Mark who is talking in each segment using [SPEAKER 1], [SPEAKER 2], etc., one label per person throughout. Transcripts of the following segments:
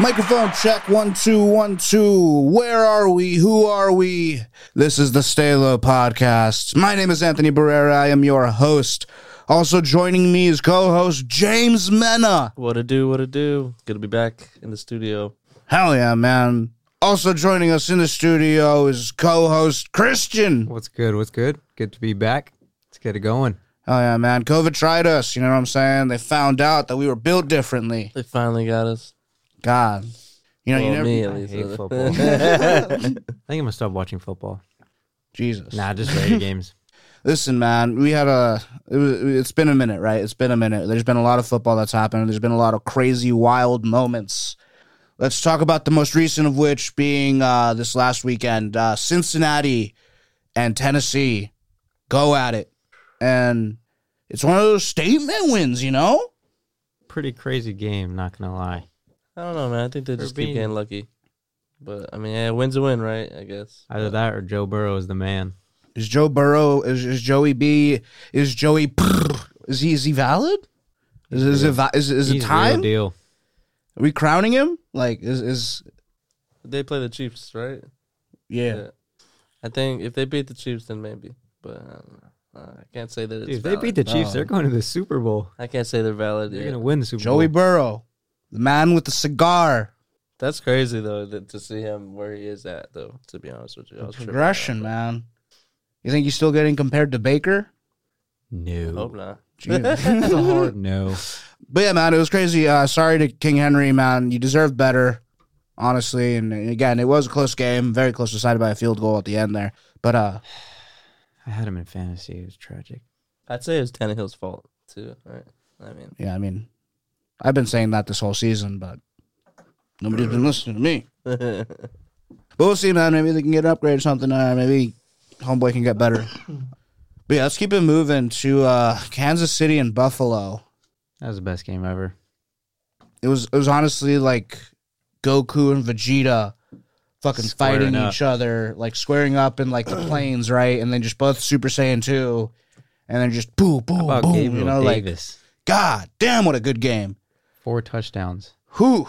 [SPEAKER 1] Microphone check one two one two. Where are we? Who are we? This is the Stay Low podcast. My name is Anthony Barrera. I am your host. Also joining me is co-host James Mena.
[SPEAKER 2] What to do? What to do? Gonna be back in the studio.
[SPEAKER 1] Hell yeah, man. Also joining us in the studio is co-host Christian.
[SPEAKER 3] What's good? What's good? Good to be back. Let's get it going.
[SPEAKER 1] Hell yeah, man. COVID tried us. You know what I'm saying? They found out that we were built differently.
[SPEAKER 2] They finally got us.
[SPEAKER 1] God. You know, you
[SPEAKER 2] Well,
[SPEAKER 1] never.
[SPEAKER 2] me
[SPEAKER 3] I
[SPEAKER 2] at least.
[SPEAKER 3] hate football. I think I'm gonna stop watching football.
[SPEAKER 1] Jesus.
[SPEAKER 3] Nah, just radio games.
[SPEAKER 1] Listen, man, we had a. It was, it's been a minute, right? It's been a minute. There's been a lot of football that's happened. There's been a lot of crazy, wild moments. Let's talk about the most recent of which being uh, this last weekend. Uh, Cincinnati and Tennessee go at it. And it's one of those statement wins, you know?
[SPEAKER 3] Pretty crazy game, not gonna lie.
[SPEAKER 2] I don't know, man. I think they just keep
[SPEAKER 3] being-
[SPEAKER 2] getting lucky. But I mean, yeah, win's a win, right? I guess.
[SPEAKER 3] Either that or Joe Burrow is the man.
[SPEAKER 1] Is Joe Burrow, is, is Joey B, is Joey, is he, is he valid? Is, is, it, va- is, is it
[SPEAKER 3] He's the
[SPEAKER 1] time?
[SPEAKER 3] Real deal.
[SPEAKER 1] Are we crowning him? Like, is, is
[SPEAKER 2] They play the Chiefs, right?
[SPEAKER 1] yeah.
[SPEAKER 2] I think if they beat the Chiefs, then maybe. But I don't know. Uh, I can't say that it's.
[SPEAKER 3] Dude, if they
[SPEAKER 2] valid.
[SPEAKER 3] beat the Chiefs, they're going to the Super Bowl.
[SPEAKER 2] I can't say they're valid.
[SPEAKER 3] They're
[SPEAKER 2] yet.
[SPEAKER 3] gonna win the Super
[SPEAKER 1] Joey
[SPEAKER 3] Bowl.
[SPEAKER 1] Burrow, the man with the cigar.
[SPEAKER 2] That's crazy though that, to see him where he is at though. To be honest with you, I was tripping out.
[SPEAKER 1] Progression, man. You think he's still getting compared to Baker? Oh.
[SPEAKER 2] Hope
[SPEAKER 3] No.
[SPEAKER 2] not.
[SPEAKER 1] Jeez.
[SPEAKER 3] That's a hard no.
[SPEAKER 1] but yeah, man, it was crazy. Uh, sorry to King Henry, man. You deserve better, honestly. And and again, it was a close game, very close, decided by a field goal at the end there. But uh,
[SPEAKER 3] I had him in fantasy. It was tragic.
[SPEAKER 2] I'd say it was Tannehill's fault too. Right? I mean,
[SPEAKER 1] yeah, I mean, I've been saying that this whole season, but nobody's been listening to me. But we'll see, man. Maybe they can get an upgrade or something. Uh, maybe Homeboy can get better. but yeah, let's keep it moving to uh, Kansas City and Buffalo.
[SPEAKER 3] That was the best game ever.
[SPEAKER 1] It was it was honestly like Goku and Vegeta fucking
[SPEAKER 3] Squaring
[SPEAKER 1] fighting
[SPEAKER 3] up.
[SPEAKER 1] each other, like squaring up in like the planes, right? And then just both Super Saiyan 2 and then just boom, boom,
[SPEAKER 3] How about
[SPEAKER 1] boom.
[SPEAKER 3] Gabriel
[SPEAKER 1] you know, like
[SPEAKER 3] Davis?
[SPEAKER 1] God damn what a good game.
[SPEAKER 3] Four touchdowns.
[SPEAKER 1] Whew.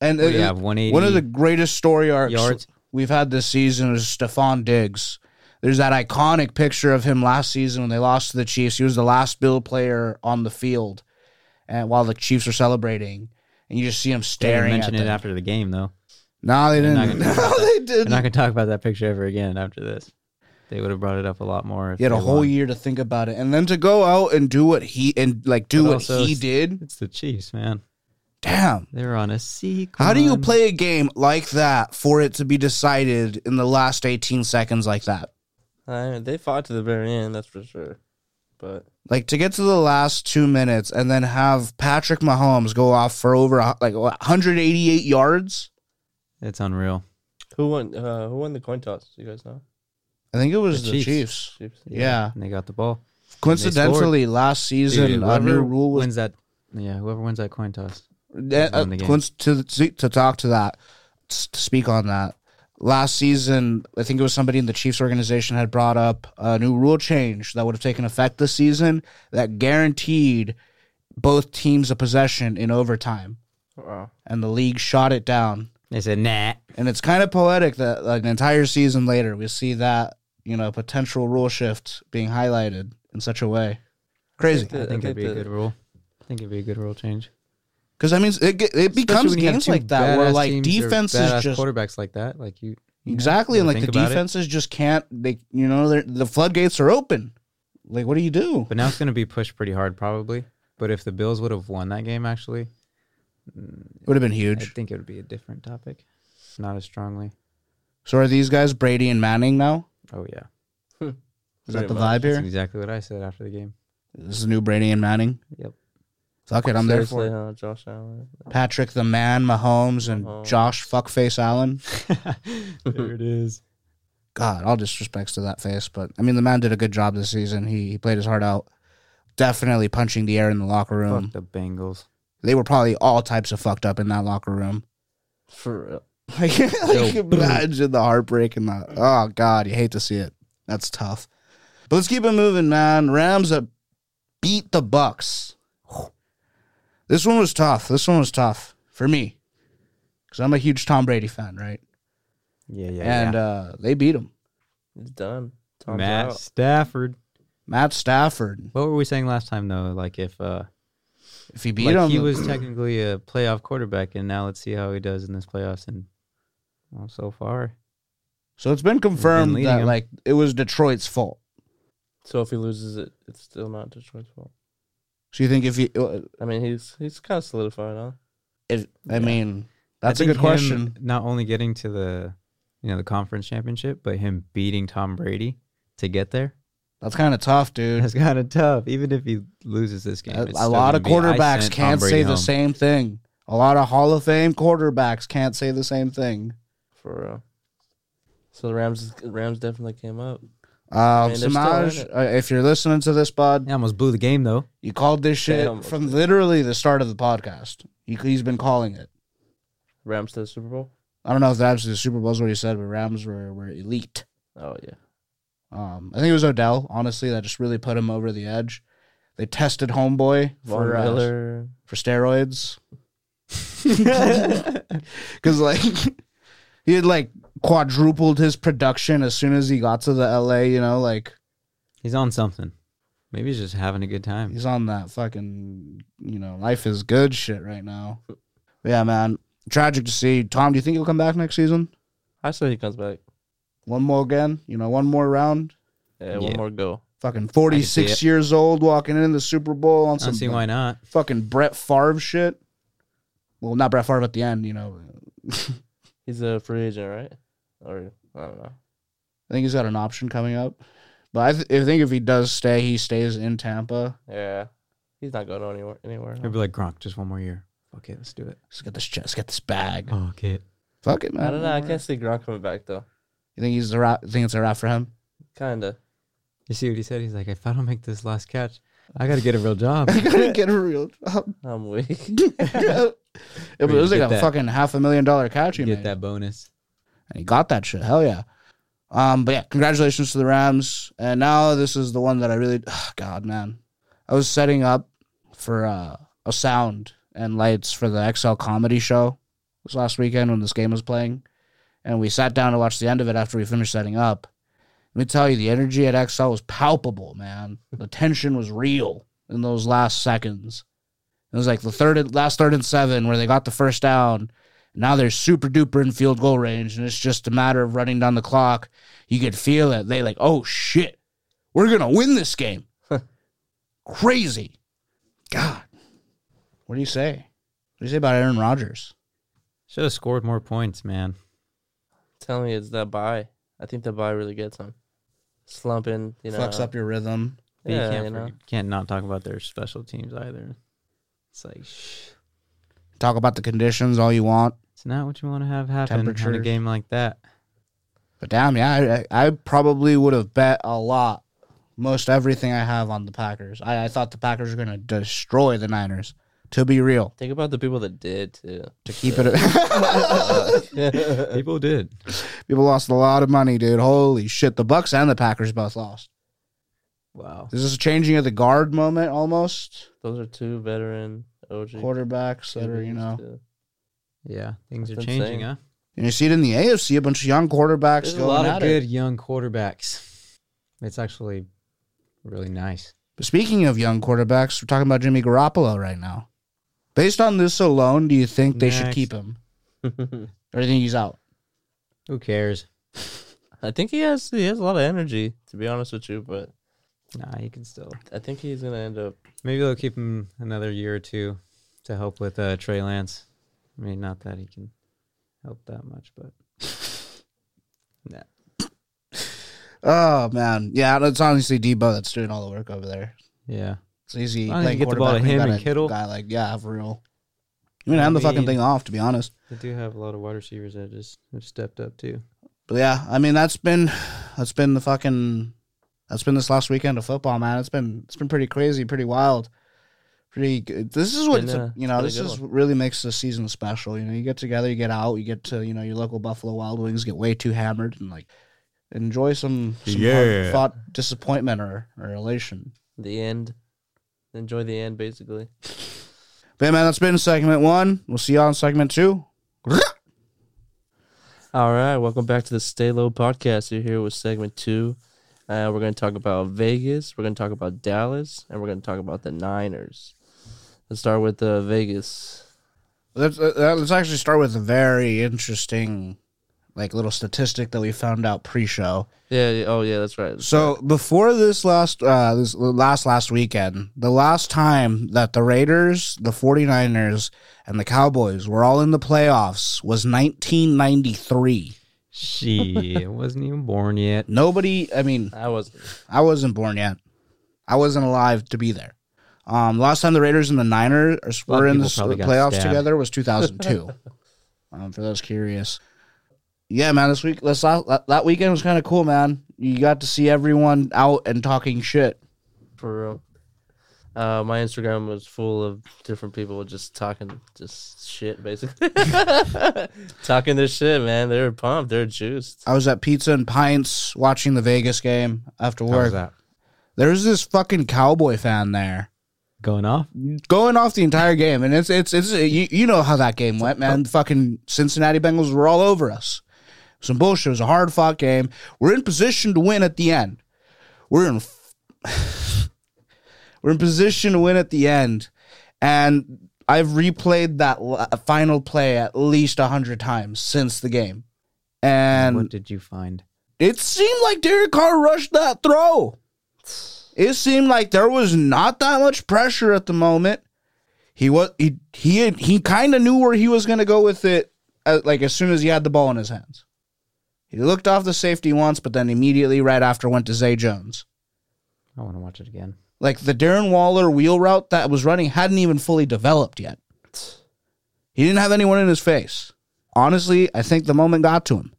[SPEAKER 1] And
[SPEAKER 3] We
[SPEAKER 1] it-
[SPEAKER 3] have 180
[SPEAKER 1] uh, one of the greatest story arcs
[SPEAKER 3] yards.
[SPEAKER 1] we've had this season is Stephon Diggs. There's that iconic picture of him last season when they lost to the Chiefs. He was the last Bill player on the field, and while the Chiefs were celebrating, and you just see him
[SPEAKER 3] They didn't
[SPEAKER 1] staring at
[SPEAKER 3] mention it
[SPEAKER 1] them.
[SPEAKER 3] after the game though.
[SPEAKER 1] no, they
[SPEAKER 3] not
[SPEAKER 1] didn't.
[SPEAKER 3] gonna do
[SPEAKER 1] No, they
[SPEAKER 3] They're not
[SPEAKER 1] didn't.
[SPEAKER 3] gonna talk about that picture ever again after this. They would have brought it up a lot more. If
[SPEAKER 1] He had a
[SPEAKER 3] they
[SPEAKER 1] whole
[SPEAKER 3] won.
[SPEAKER 1] year to think about it, and then to go out and do what he and like do
[SPEAKER 3] But
[SPEAKER 1] what
[SPEAKER 3] also
[SPEAKER 1] he
[SPEAKER 3] it's-
[SPEAKER 1] did.
[SPEAKER 3] It's the Chiefs, man.
[SPEAKER 1] Damn.
[SPEAKER 3] They're on a sequence.
[SPEAKER 1] How do you play a game like that for it to be decided in the last 18 seconds like that?
[SPEAKER 2] I mean, they fought to the very end. That's for sure. But
[SPEAKER 1] Like to get to the last two minutes and then have Patrick Mahomes go off for over a- like what, 188 yards.
[SPEAKER 3] It's unreal.
[SPEAKER 2] Who won? Uh, who won the coin toss? You guys know.
[SPEAKER 1] I think it was the,
[SPEAKER 3] The
[SPEAKER 1] Chiefs.
[SPEAKER 3] Chiefs.
[SPEAKER 2] Chiefs.
[SPEAKER 1] Yeah.
[SPEAKER 3] And they got the ball.
[SPEAKER 1] Coincidentally, last season
[SPEAKER 3] Dude,
[SPEAKER 1] a new
[SPEAKER 3] whoever
[SPEAKER 1] rule was
[SPEAKER 3] wins that. Yeah, whoever wins that coin toss.
[SPEAKER 1] Uh, uh,
[SPEAKER 3] won the game.
[SPEAKER 1] coinc- to, to to talk to that s- to speak on that. Last season, I think it was somebody in the Chiefs organization had brought up a new rule change that would have taken effect this season that guaranteed both teams a possession in overtime,
[SPEAKER 2] Wow.
[SPEAKER 1] and the league shot it down.
[SPEAKER 3] They said, nah.
[SPEAKER 1] And it's kind of poetic that like, an entire season later, we see that you know potential rule shift being highlighted in such a way. Crazy,
[SPEAKER 3] I
[SPEAKER 2] I
[SPEAKER 3] think
[SPEAKER 2] think
[SPEAKER 3] it'd be a
[SPEAKER 2] the-
[SPEAKER 3] good rule. I think it'd be a good rule change.
[SPEAKER 1] because I mean it, ge- it becomes
[SPEAKER 3] Especially when you have
[SPEAKER 1] games
[SPEAKER 3] two
[SPEAKER 1] like that where
[SPEAKER 3] badass
[SPEAKER 1] like
[SPEAKER 3] teams or
[SPEAKER 1] defense
[SPEAKER 3] badass
[SPEAKER 1] is just
[SPEAKER 3] quarterbacks like that. Like you. you know,
[SPEAKER 1] Exactly, and
[SPEAKER 3] gotta
[SPEAKER 1] like the
[SPEAKER 3] think about it.
[SPEAKER 1] defenses just can't. They, you know, they're- the floodgates are open. Like, what do you do?
[SPEAKER 3] But now it's going to be pushed pretty hard, probably. But if the Bills would have won that game, actually,
[SPEAKER 1] It would have been
[SPEAKER 3] I
[SPEAKER 1] huge.
[SPEAKER 3] think it would be a different topic. Not as strongly.
[SPEAKER 1] So are these guys Brady and Manning now?
[SPEAKER 3] Oh yeah,
[SPEAKER 1] Is that
[SPEAKER 2] Very
[SPEAKER 1] the
[SPEAKER 2] much.
[SPEAKER 1] vibe
[SPEAKER 3] that's
[SPEAKER 1] here?
[SPEAKER 3] exactly what I said after the game.
[SPEAKER 1] This is new Brady and Manning.
[SPEAKER 3] Yep.
[SPEAKER 1] Fuck it, I'm there for
[SPEAKER 2] Seriously,
[SPEAKER 1] it.
[SPEAKER 2] huh? Josh Allen.
[SPEAKER 1] Patrick the Man, Mahomes, and
[SPEAKER 2] Mahomes.
[SPEAKER 1] Josh Fuckface Allen.
[SPEAKER 3] there it is.
[SPEAKER 1] God, all disrespects to that face, but I mean, the man did a good job this season. He he played his heart out. Definitely punching the air in the locker room.
[SPEAKER 3] Fuck the Bengals.
[SPEAKER 1] They were probably all types of fucked up in that locker room.
[SPEAKER 2] For real.
[SPEAKER 1] I can't like, imagine the heartbreak and the oh god, you hate to see it. That's tough. But let's keep it moving, man. Rams that beat the Bucks. This one was tough. This one was tough for me. because I'm a huge Tom Brady fan, right?
[SPEAKER 3] Yeah,
[SPEAKER 1] and Uh, they beat him.
[SPEAKER 2] It's done. Tom's
[SPEAKER 3] Matt
[SPEAKER 2] out.
[SPEAKER 3] Stafford.
[SPEAKER 1] Matt Stafford,
[SPEAKER 3] What were we saying last time though? Like if uh,
[SPEAKER 1] if he beat
[SPEAKER 3] like
[SPEAKER 1] him,
[SPEAKER 3] he was technically a playoff quarterback, and now let's see how he does in this playoffs. And well, so far,
[SPEAKER 1] so it's been confirmed
[SPEAKER 3] leading
[SPEAKER 1] that
[SPEAKER 3] him.
[SPEAKER 1] like it was Detroit's fault.
[SPEAKER 2] So if he loses it, it's still not Detroit's fault.
[SPEAKER 1] So you think if he, uh,
[SPEAKER 2] I mean, he's he's kind of solidified, huh?
[SPEAKER 1] if, I
[SPEAKER 3] Yeah.
[SPEAKER 1] mean,
[SPEAKER 3] I
[SPEAKER 1] that's a
[SPEAKER 3] think
[SPEAKER 1] good
[SPEAKER 3] him
[SPEAKER 1] question.
[SPEAKER 3] Not only getting to the you know the conference championship, but him beating Tom Brady to get there.
[SPEAKER 1] That's kind of tough, dude.
[SPEAKER 3] That's kind of tough. Even if he loses this game,
[SPEAKER 1] A,
[SPEAKER 3] it's
[SPEAKER 1] a
[SPEAKER 3] still
[SPEAKER 1] lot
[SPEAKER 3] gonna
[SPEAKER 1] of
[SPEAKER 3] be, "I
[SPEAKER 1] quarterbacks
[SPEAKER 3] sent Tom
[SPEAKER 1] can't
[SPEAKER 3] Brady
[SPEAKER 1] say the
[SPEAKER 3] home."
[SPEAKER 1] same thing. A lot of Hall of Fame quarterbacks can't say the same thing.
[SPEAKER 2] For real. So the Rams Rams definitely came up.
[SPEAKER 1] Um,
[SPEAKER 2] mean, they're still in
[SPEAKER 1] Samaj,
[SPEAKER 2] it.
[SPEAKER 1] uh, if you're listening to this, bud,
[SPEAKER 3] Yeah, almost blew the game though.
[SPEAKER 1] you called this shit
[SPEAKER 2] Damn.
[SPEAKER 1] from literally the start of the podcast. He, he's been calling it.
[SPEAKER 2] Rams to the Super Bowl.
[SPEAKER 1] I don't know if that's the Super Bowl's what he said, but Rams were, were elite.
[SPEAKER 2] Oh yeah.
[SPEAKER 1] Um, I think it was Odell, honestly, that just really put him over the edge. They tested Homeboy
[SPEAKER 2] Von
[SPEAKER 1] for uh,
[SPEAKER 2] Miller.
[SPEAKER 1] for steroids because like he had like quadrupled his production as soon as he got to the LA. You know, like
[SPEAKER 3] He's on something. Maybe he's just having a good time.
[SPEAKER 1] he's on that fucking you know life is good shit right now. But yeah, man, tragic to see. Tom, do you think he'll come back next season?
[SPEAKER 2] I say he comes back.
[SPEAKER 1] One more again, you know, one more round.
[SPEAKER 2] Yeah, one
[SPEAKER 3] Yeah.
[SPEAKER 2] more go.
[SPEAKER 1] Fucking
[SPEAKER 3] I can
[SPEAKER 1] 46
[SPEAKER 3] see
[SPEAKER 1] years old, walking in the Super Bowl on
[SPEAKER 3] I don't
[SPEAKER 1] some
[SPEAKER 3] see why not.
[SPEAKER 1] fucking Brett Favre shit. Well, not Brett Favre at the end, you know.
[SPEAKER 2] He's a free agent, right? Or I don't know.
[SPEAKER 1] I think he's got an option coming up. But I, th- I think if he does stay, he stays in Tampa.
[SPEAKER 2] Yeah, he's not going anywhere. Anywhere. huh?
[SPEAKER 3] He'd be like Gronk, just one more year. Okay, let's do it.
[SPEAKER 1] Let's get this chest, get this bag.
[SPEAKER 3] Oh, okay.
[SPEAKER 1] Fuck it, man.
[SPEAKER 2] I don't know. I can't see Gronk coming back though.
[SPEAKER 1] You think he's the ra- think it's a wrap for him?
[SPEAKER 2] Kinda.
[SPEAKER 3] You see what he said? He's like, if I don't make this last catch, I got to get a real job.
[SPEAKER 1] I gotta get a real job.
[SPEAKER 2] I'm weak.
[SPEAKER 1] it was like
[SPEAKER 3] get
[SPEAKER 1] a
[SPEAKER 3] that-
[SPEAKER 1] fucking half a million dollar catch he
[SPEAKER 3] get
[SPEAKER 1] made.
[SPEAKER 3] that bonus.
[SPEAKER 1] And he got that shit. Hell yeah. Um, but yeah, congratulations to the Rams. And now this is the one that I really, oh, God, man. I was setting up for uh, a sound and lights for the XL comedy show. It was last weekend when this game was playing. And we sat down to watch the end of it after we finished setting up. Let me tell you, the energy at XL was palpable, man. The tension was real in those last seconds. It was like the third, and- last third and seven where they got the first down. Now they're super duper in field goal range, and it's just a matter of running down the clock. You could feel it. They like, oh shit, we're gonna win this game. Crazy, God. What do you say? What do you say about Aaron Rodgers?
[SPEAKER 3] Should have scored more points, man.
[SPEAKER 2] Tell me, it's that buy. I think that buy really gets him. Slumping, you know.
[SPEAKER 1] Flex up your rhythm.
[SPEAKER 3] But you
[SPEAKER 2] Yeah,
[SPEAKER 3] can't,
[SPEAKER 2] you know.
[SPEAKER 3] forget- can't not talk about their special teams either. It's like, shh.
[SPEAKER 1] Talk about the conditions all you want,
[SPEAKER 3] It's not what you want to have happen in a
[SPEAKER 1] Temperature.
[SPEAKER 3] game like that.
[SPEAKER 1] but damn, yeah, I, I I probably would have bet a lot, most everything I have on the Packers. I, I thought the Packers were gonna destroy the Niners. To be real,
[SPEAKER 2] Think about the people that did too.
[SPEAKER 1] to keep it.
[SPEAKER 3] People did.
[SPEAKER 1] People lost a lot of money, dude. Holy shit. The Bucks and the Packers both lost.
[SPEAKER 3] Wow.
[SPEAKER 1] This is a changing of the guard moment almost.
[SPEAKER 2] Those are two veteran OG
[SPEAKER 1] Quarterbacks that are, you
[SPEAKER 2] QBs,
[SPEAKER 1] know.
[SPEAKER 2] too.
[SPEAKER 3] Yeah, things
[SPEAKER 2] That's
[SPEAKER 3] are changing,
[SPEAKER 2] insane.
[SPEAKER 3] huh?
[SPEAKER 1] And you see it in the AFC, a bunch of young quarterbacks
[SPEAKER 3] There's a
[SPEAKER 1] going
[SPEAKER 3] lot
[SPEAKER 1] at
[SPEAKER 3] of
[SPEAKER 1] it.
[SPEAKER 3] good young quarterbacks. It's actually really nice.
[SPEAKER 1] But speaking of young quarterbacks, we're talking about Jimmy Garoppolo right now. Based on this alone, do you think they should
[SPEAKER 3] Next.
[SPEAKER 1] keep him? Or do you think he's out?
[SPEAKER 3] Who cares?
[SPEAKER 2] I think he has he has a lot of energy, to be honest with you, but
[SPEAKER 3] Nah, you can still.
[SPEAKER 2] I think he's gonna end up
[SPEAKER 3] Maybe they'll keep him another year or two to help with uh, Trey Lance. I mean, not that he can help that much, but nah.
[SPEAKER 1] Oh man. Yeah, it's honestly Debo that's doing all the work over there.
[SPEAKER 3] Yeah.
[SPEAKER 1] It's easy
[SPEAKER 3] Why don't you
[SPEAKER 1] playing
[SPEAKER 3] get the ball to
[SPEAKER 1] quarterback when you
[SPEAKER 3] him
[SPEAKER 1] got
[SPEAKER 3] and
[SPEAKER 1] a
[SPEAKER 3] Kittle?
[SPEAKER 1] Guy like, yeah, for real. I mean, I'm the
[SPEAKER 3] I
[SPEAKER 1] fucking
[SPEAKER 3] mean-
[SPEAKER 1] thing off, to be honest.
[SPEAKER 3] They do have a lot of wide receivers that just have stepped up too.
[SPEAKER 1] But yeah, I mean that's been that's been the fucking that's been this last weekend of football, man. It's been it's been pretty crazy, pretty wild, pretty. Good. This is what
[SPEAKER 2] Been,
[SPEAKER 1] it's a-
[SPEAKER 2] uh,
[SPEAKER 1] you know.
[SPEAKER 2] been a
[SPEAKER 1] This
[SPEAKER 2] good
[SPEAKER 1] is what really makes the season special. You know, you get together, you get out, you get to you know your local Buffalo Wild Wings, get way too hammered, and like enjoy some, some
[SPEAKER 3] Yeah.
[SPEAKER 1] fought disappointment or, or elation.
[SPEAKER 2] the end. Enjoy the end basically.
[SPEAKER 1] But yeah, man, that's been segment one. We'll see y'all in segment two.
[SPEAKER 2] All right, welcome back to the Stay Low podcast. You're here with segment two. Uh, we're going to talk about Vegas. We're going to talk about Dallas, and we're going to talk about the Niners. Let's start with uh, Vegas.
[SPEAKER 1] Let's uh, uh, let's actually start with a very interesting, like little statistic that we found out pre-show.
[SPEAKER 2] Yeah. yeah, Oh, yeah. That's right.
[SPEAKER 1] So before this last uh, this last last weekend, the last time that the Raiders, the 49ers, and the Cowboys were all in the playoffs was 1993.
[SPEAKER 3] She wasn't even born yet.
[SPEAKER 1] Nobody, I mean,
[SPEAKER 2] I was.
[SPEAKER 1] I wasn't born yet. I wasn't alive to be there. Um, last time the Raiders and the Niners
[SPEAKER 3] A lot
[SPEAKER 1] were
[SPEAKER 3] of
[SPEAKER 1] in the
[SPEAKER 3] people
[SPEAKER 1] s-
[SPEAKER 3] probably got
[SPEAKER 1] playoffs
[SPEAKER 3] stabbed.
[SPEAKER 1] together was 2002. um, for those curious, yeah, man. This week, this last, that- that weekend was kind of cool, man. You got to see everyone out and talking shit.
[SPEAKER 2] For real. Uh, my Instagram was full of different people just talking, just shit, basically. talking their shit, man. They were pumped. They were juiced.
[SPEAKER 1] I was at Pizza and Pints watching the Vegas game after
[SPEAKER 3] How was
[SPEAKER 1] work.
[SPEAKER 3] that?
[SPEAKER 1] There was this fucking cowboy fan there
[SPEAKER 3] Going off?
[SPEAKER 1] going off the entire game, and it's it's it's you, you know how that game went, man.
[SPEAKER 3] Oh.
[SPEAKER 1] fucking Cincinnati Bengals were all over us. Some bullshit. It was a hard fought game. We're in position to win at the end. We're in. f- we're in position to win at the end, and I've replayed that la- final play at least a hundred times since the game, and
[SPEAKER 3] what did you find?
[SPEAKER 1] it seemed like Derek Carr rushed that throw. It seemed like there was not that much pressure at the moment. He was he he had, he kind of knew where he was going to go with it, uh, like as soon as he had the ball in his hands. He looked off the safety once, but then immediately right after went to Zay Jones.
[SPEAKER 3] I want to watch it again.
[SPEAKER 1] Like the Darren Waller wheel route that was running hadn't even fully developed yet. He didn't have anyone in his face. Honestly, I think the moment got to him.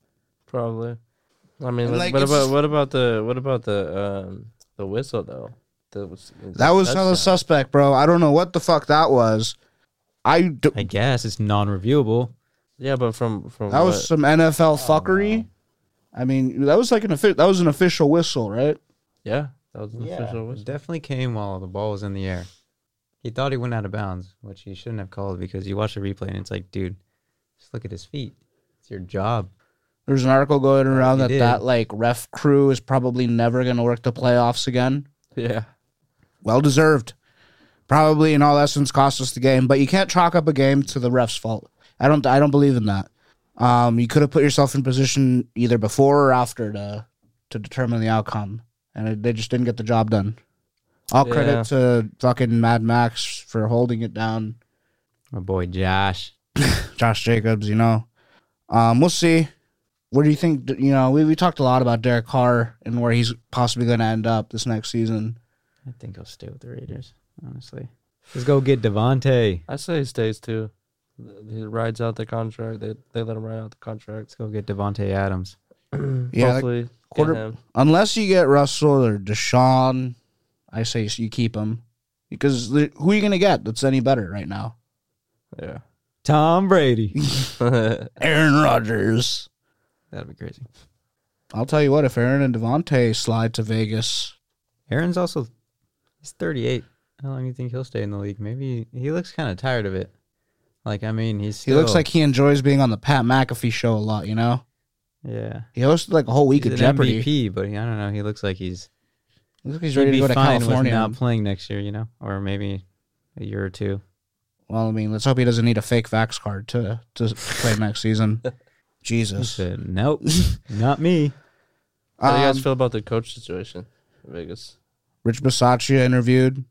[SPEAKER 2] Probably. I mean,
[SPEAKER 1] And,
[SPEAKER 2] what-
[SPEAKER 1] like,
[SPEAKER 2] what
[SPEAKER 1] it's
[SPEAKER 2] about
[SPEAKER 1] just-
[SPEAKER 2] what about the what about the um the whistle though? That was
[SPEAKER 1] That was another
[SPEAKER 2] touchdown.
[SPEAKER 1] suspect, bro. I don't know what the fuck that was. I d-
[SPEAKER 3] I guess it's non-reviewable.
[SPEAKER 2] yeah, but from from
[SPEAKER 1] that was
[SPEAKER 2] what?
[SPEAKER 1] some NFL fuckery. I mean, that was like an offi- that was an official whistle, right?
[SPEAKER 2] yeah that was an official
[SPEAKER 3] It
[SPEAKER 2] whistle.
[SPEAKER 3] definitely came while the ball was in the air. He thought he went out of bounds, which he shouldn't have called because you watch the replay and it's like, dude, just look at his feet. It's your job.
[SPEAKER 1] There's an article going around
[SPEAKER 3] It
[SPEAKER 1] that
[SPEAKER 3] did.
[SPEAKER 1] that like ref crew is probably never going to work the playoffs again.
[SPEAKER 2] Yeah,
[SPEAKER 1] Well deserved. Probably in all essence cost us the game, but you can't chalk up a game to the ref's fault. I don't I don't believe in that. Um, you could have put yourself in position either before or after to to determine the outcome, and it, they just didn't get the job done. All
[SPEAKER 2] Yeah.
[SPEAKER 1] credit to fucking Mad Max for holding it down.
[SPEAKER 3] My boy Josh.
[SPEAKER 1] Josh Jacobs, you know. Um, we'll see. What do you think? You know, we, we talked a lot about Derek Carr and where he's possibly going to end up this next season.
[SPEAKER 3] I think he'll stay with the Raiders, honestly. Let's go get Devontae.
[SPEAKER 2] I say he stays too. He rides out the contract. They they let him ride out the contract.
[SPEAKER 3] Let's go get Devontae Adams.
[SPEAKER 1] Yeah, like
[SPEAKER 2] Hopefully, get
[SPEAKER 1] quarter-
[SPEAKER 2] him.
[SPEAKER 1] Unless you get Russell or Deshaun, I say you keep him because the- who are you going to get that's any better right now?
[SPEAKER 2] Yeah,
[SPEAKER 3] Tom Brady.
[SPEAKER 2] that'd
[SPEAKER 1] Aaron Rodgers.
[SPEAKER 3] That'd be crazy.
[SPEAKER 1] I'll tell you what, if Aaron and Devontae slide to Vegas,
[SPEAKER 3] Aaron's also he's 38. How long do you think he'll stay in the league? Maybe he looks kind of tired of it. Like I mean, he's
[SPEAKER 1] he looks
[SPEAKER 3] still-
[SPEAKER 1] like he enjoys being on the Pat McAfee show a lot, you know?
[SPEAKER 3] yeah.
[SPEAKER 1] He hosted like a whole week
[SPEAKER 3] He's
[SPEAKER 1] of
[SPEAKER 3] an
[SPEAKER 1] Jeopardy.
[SPEAKER 3] MVP, but he, I don't know. He looks like he's
[SPEAKER 1] Looks like he's
[SPEAKER 3] he'd
[SPEAKER 1] ready to
[SPEAKER 3] be
[SPEAKER 1] go to
[SPEAKER 3] fine
[SPEAKER 1] California.
[SPEAKER 3] with not playing next year, you know, or maybe a year or two.
[SPEAKER 1] Well, I mean, let's hope he doesn't need a fake vax card to to play next season.
[SPEAKER 3] He
[SPEAKER 1] Jesus.
[SPEAKER 3] said, "Nope, not me."
[SPEAKER 2] How do you guys
[SPEAKER 1] Um,
[SPEAKER 2] feel about the coach situation, in Vegas?
[SPEAKER 1] Rich Bisaccia interviewed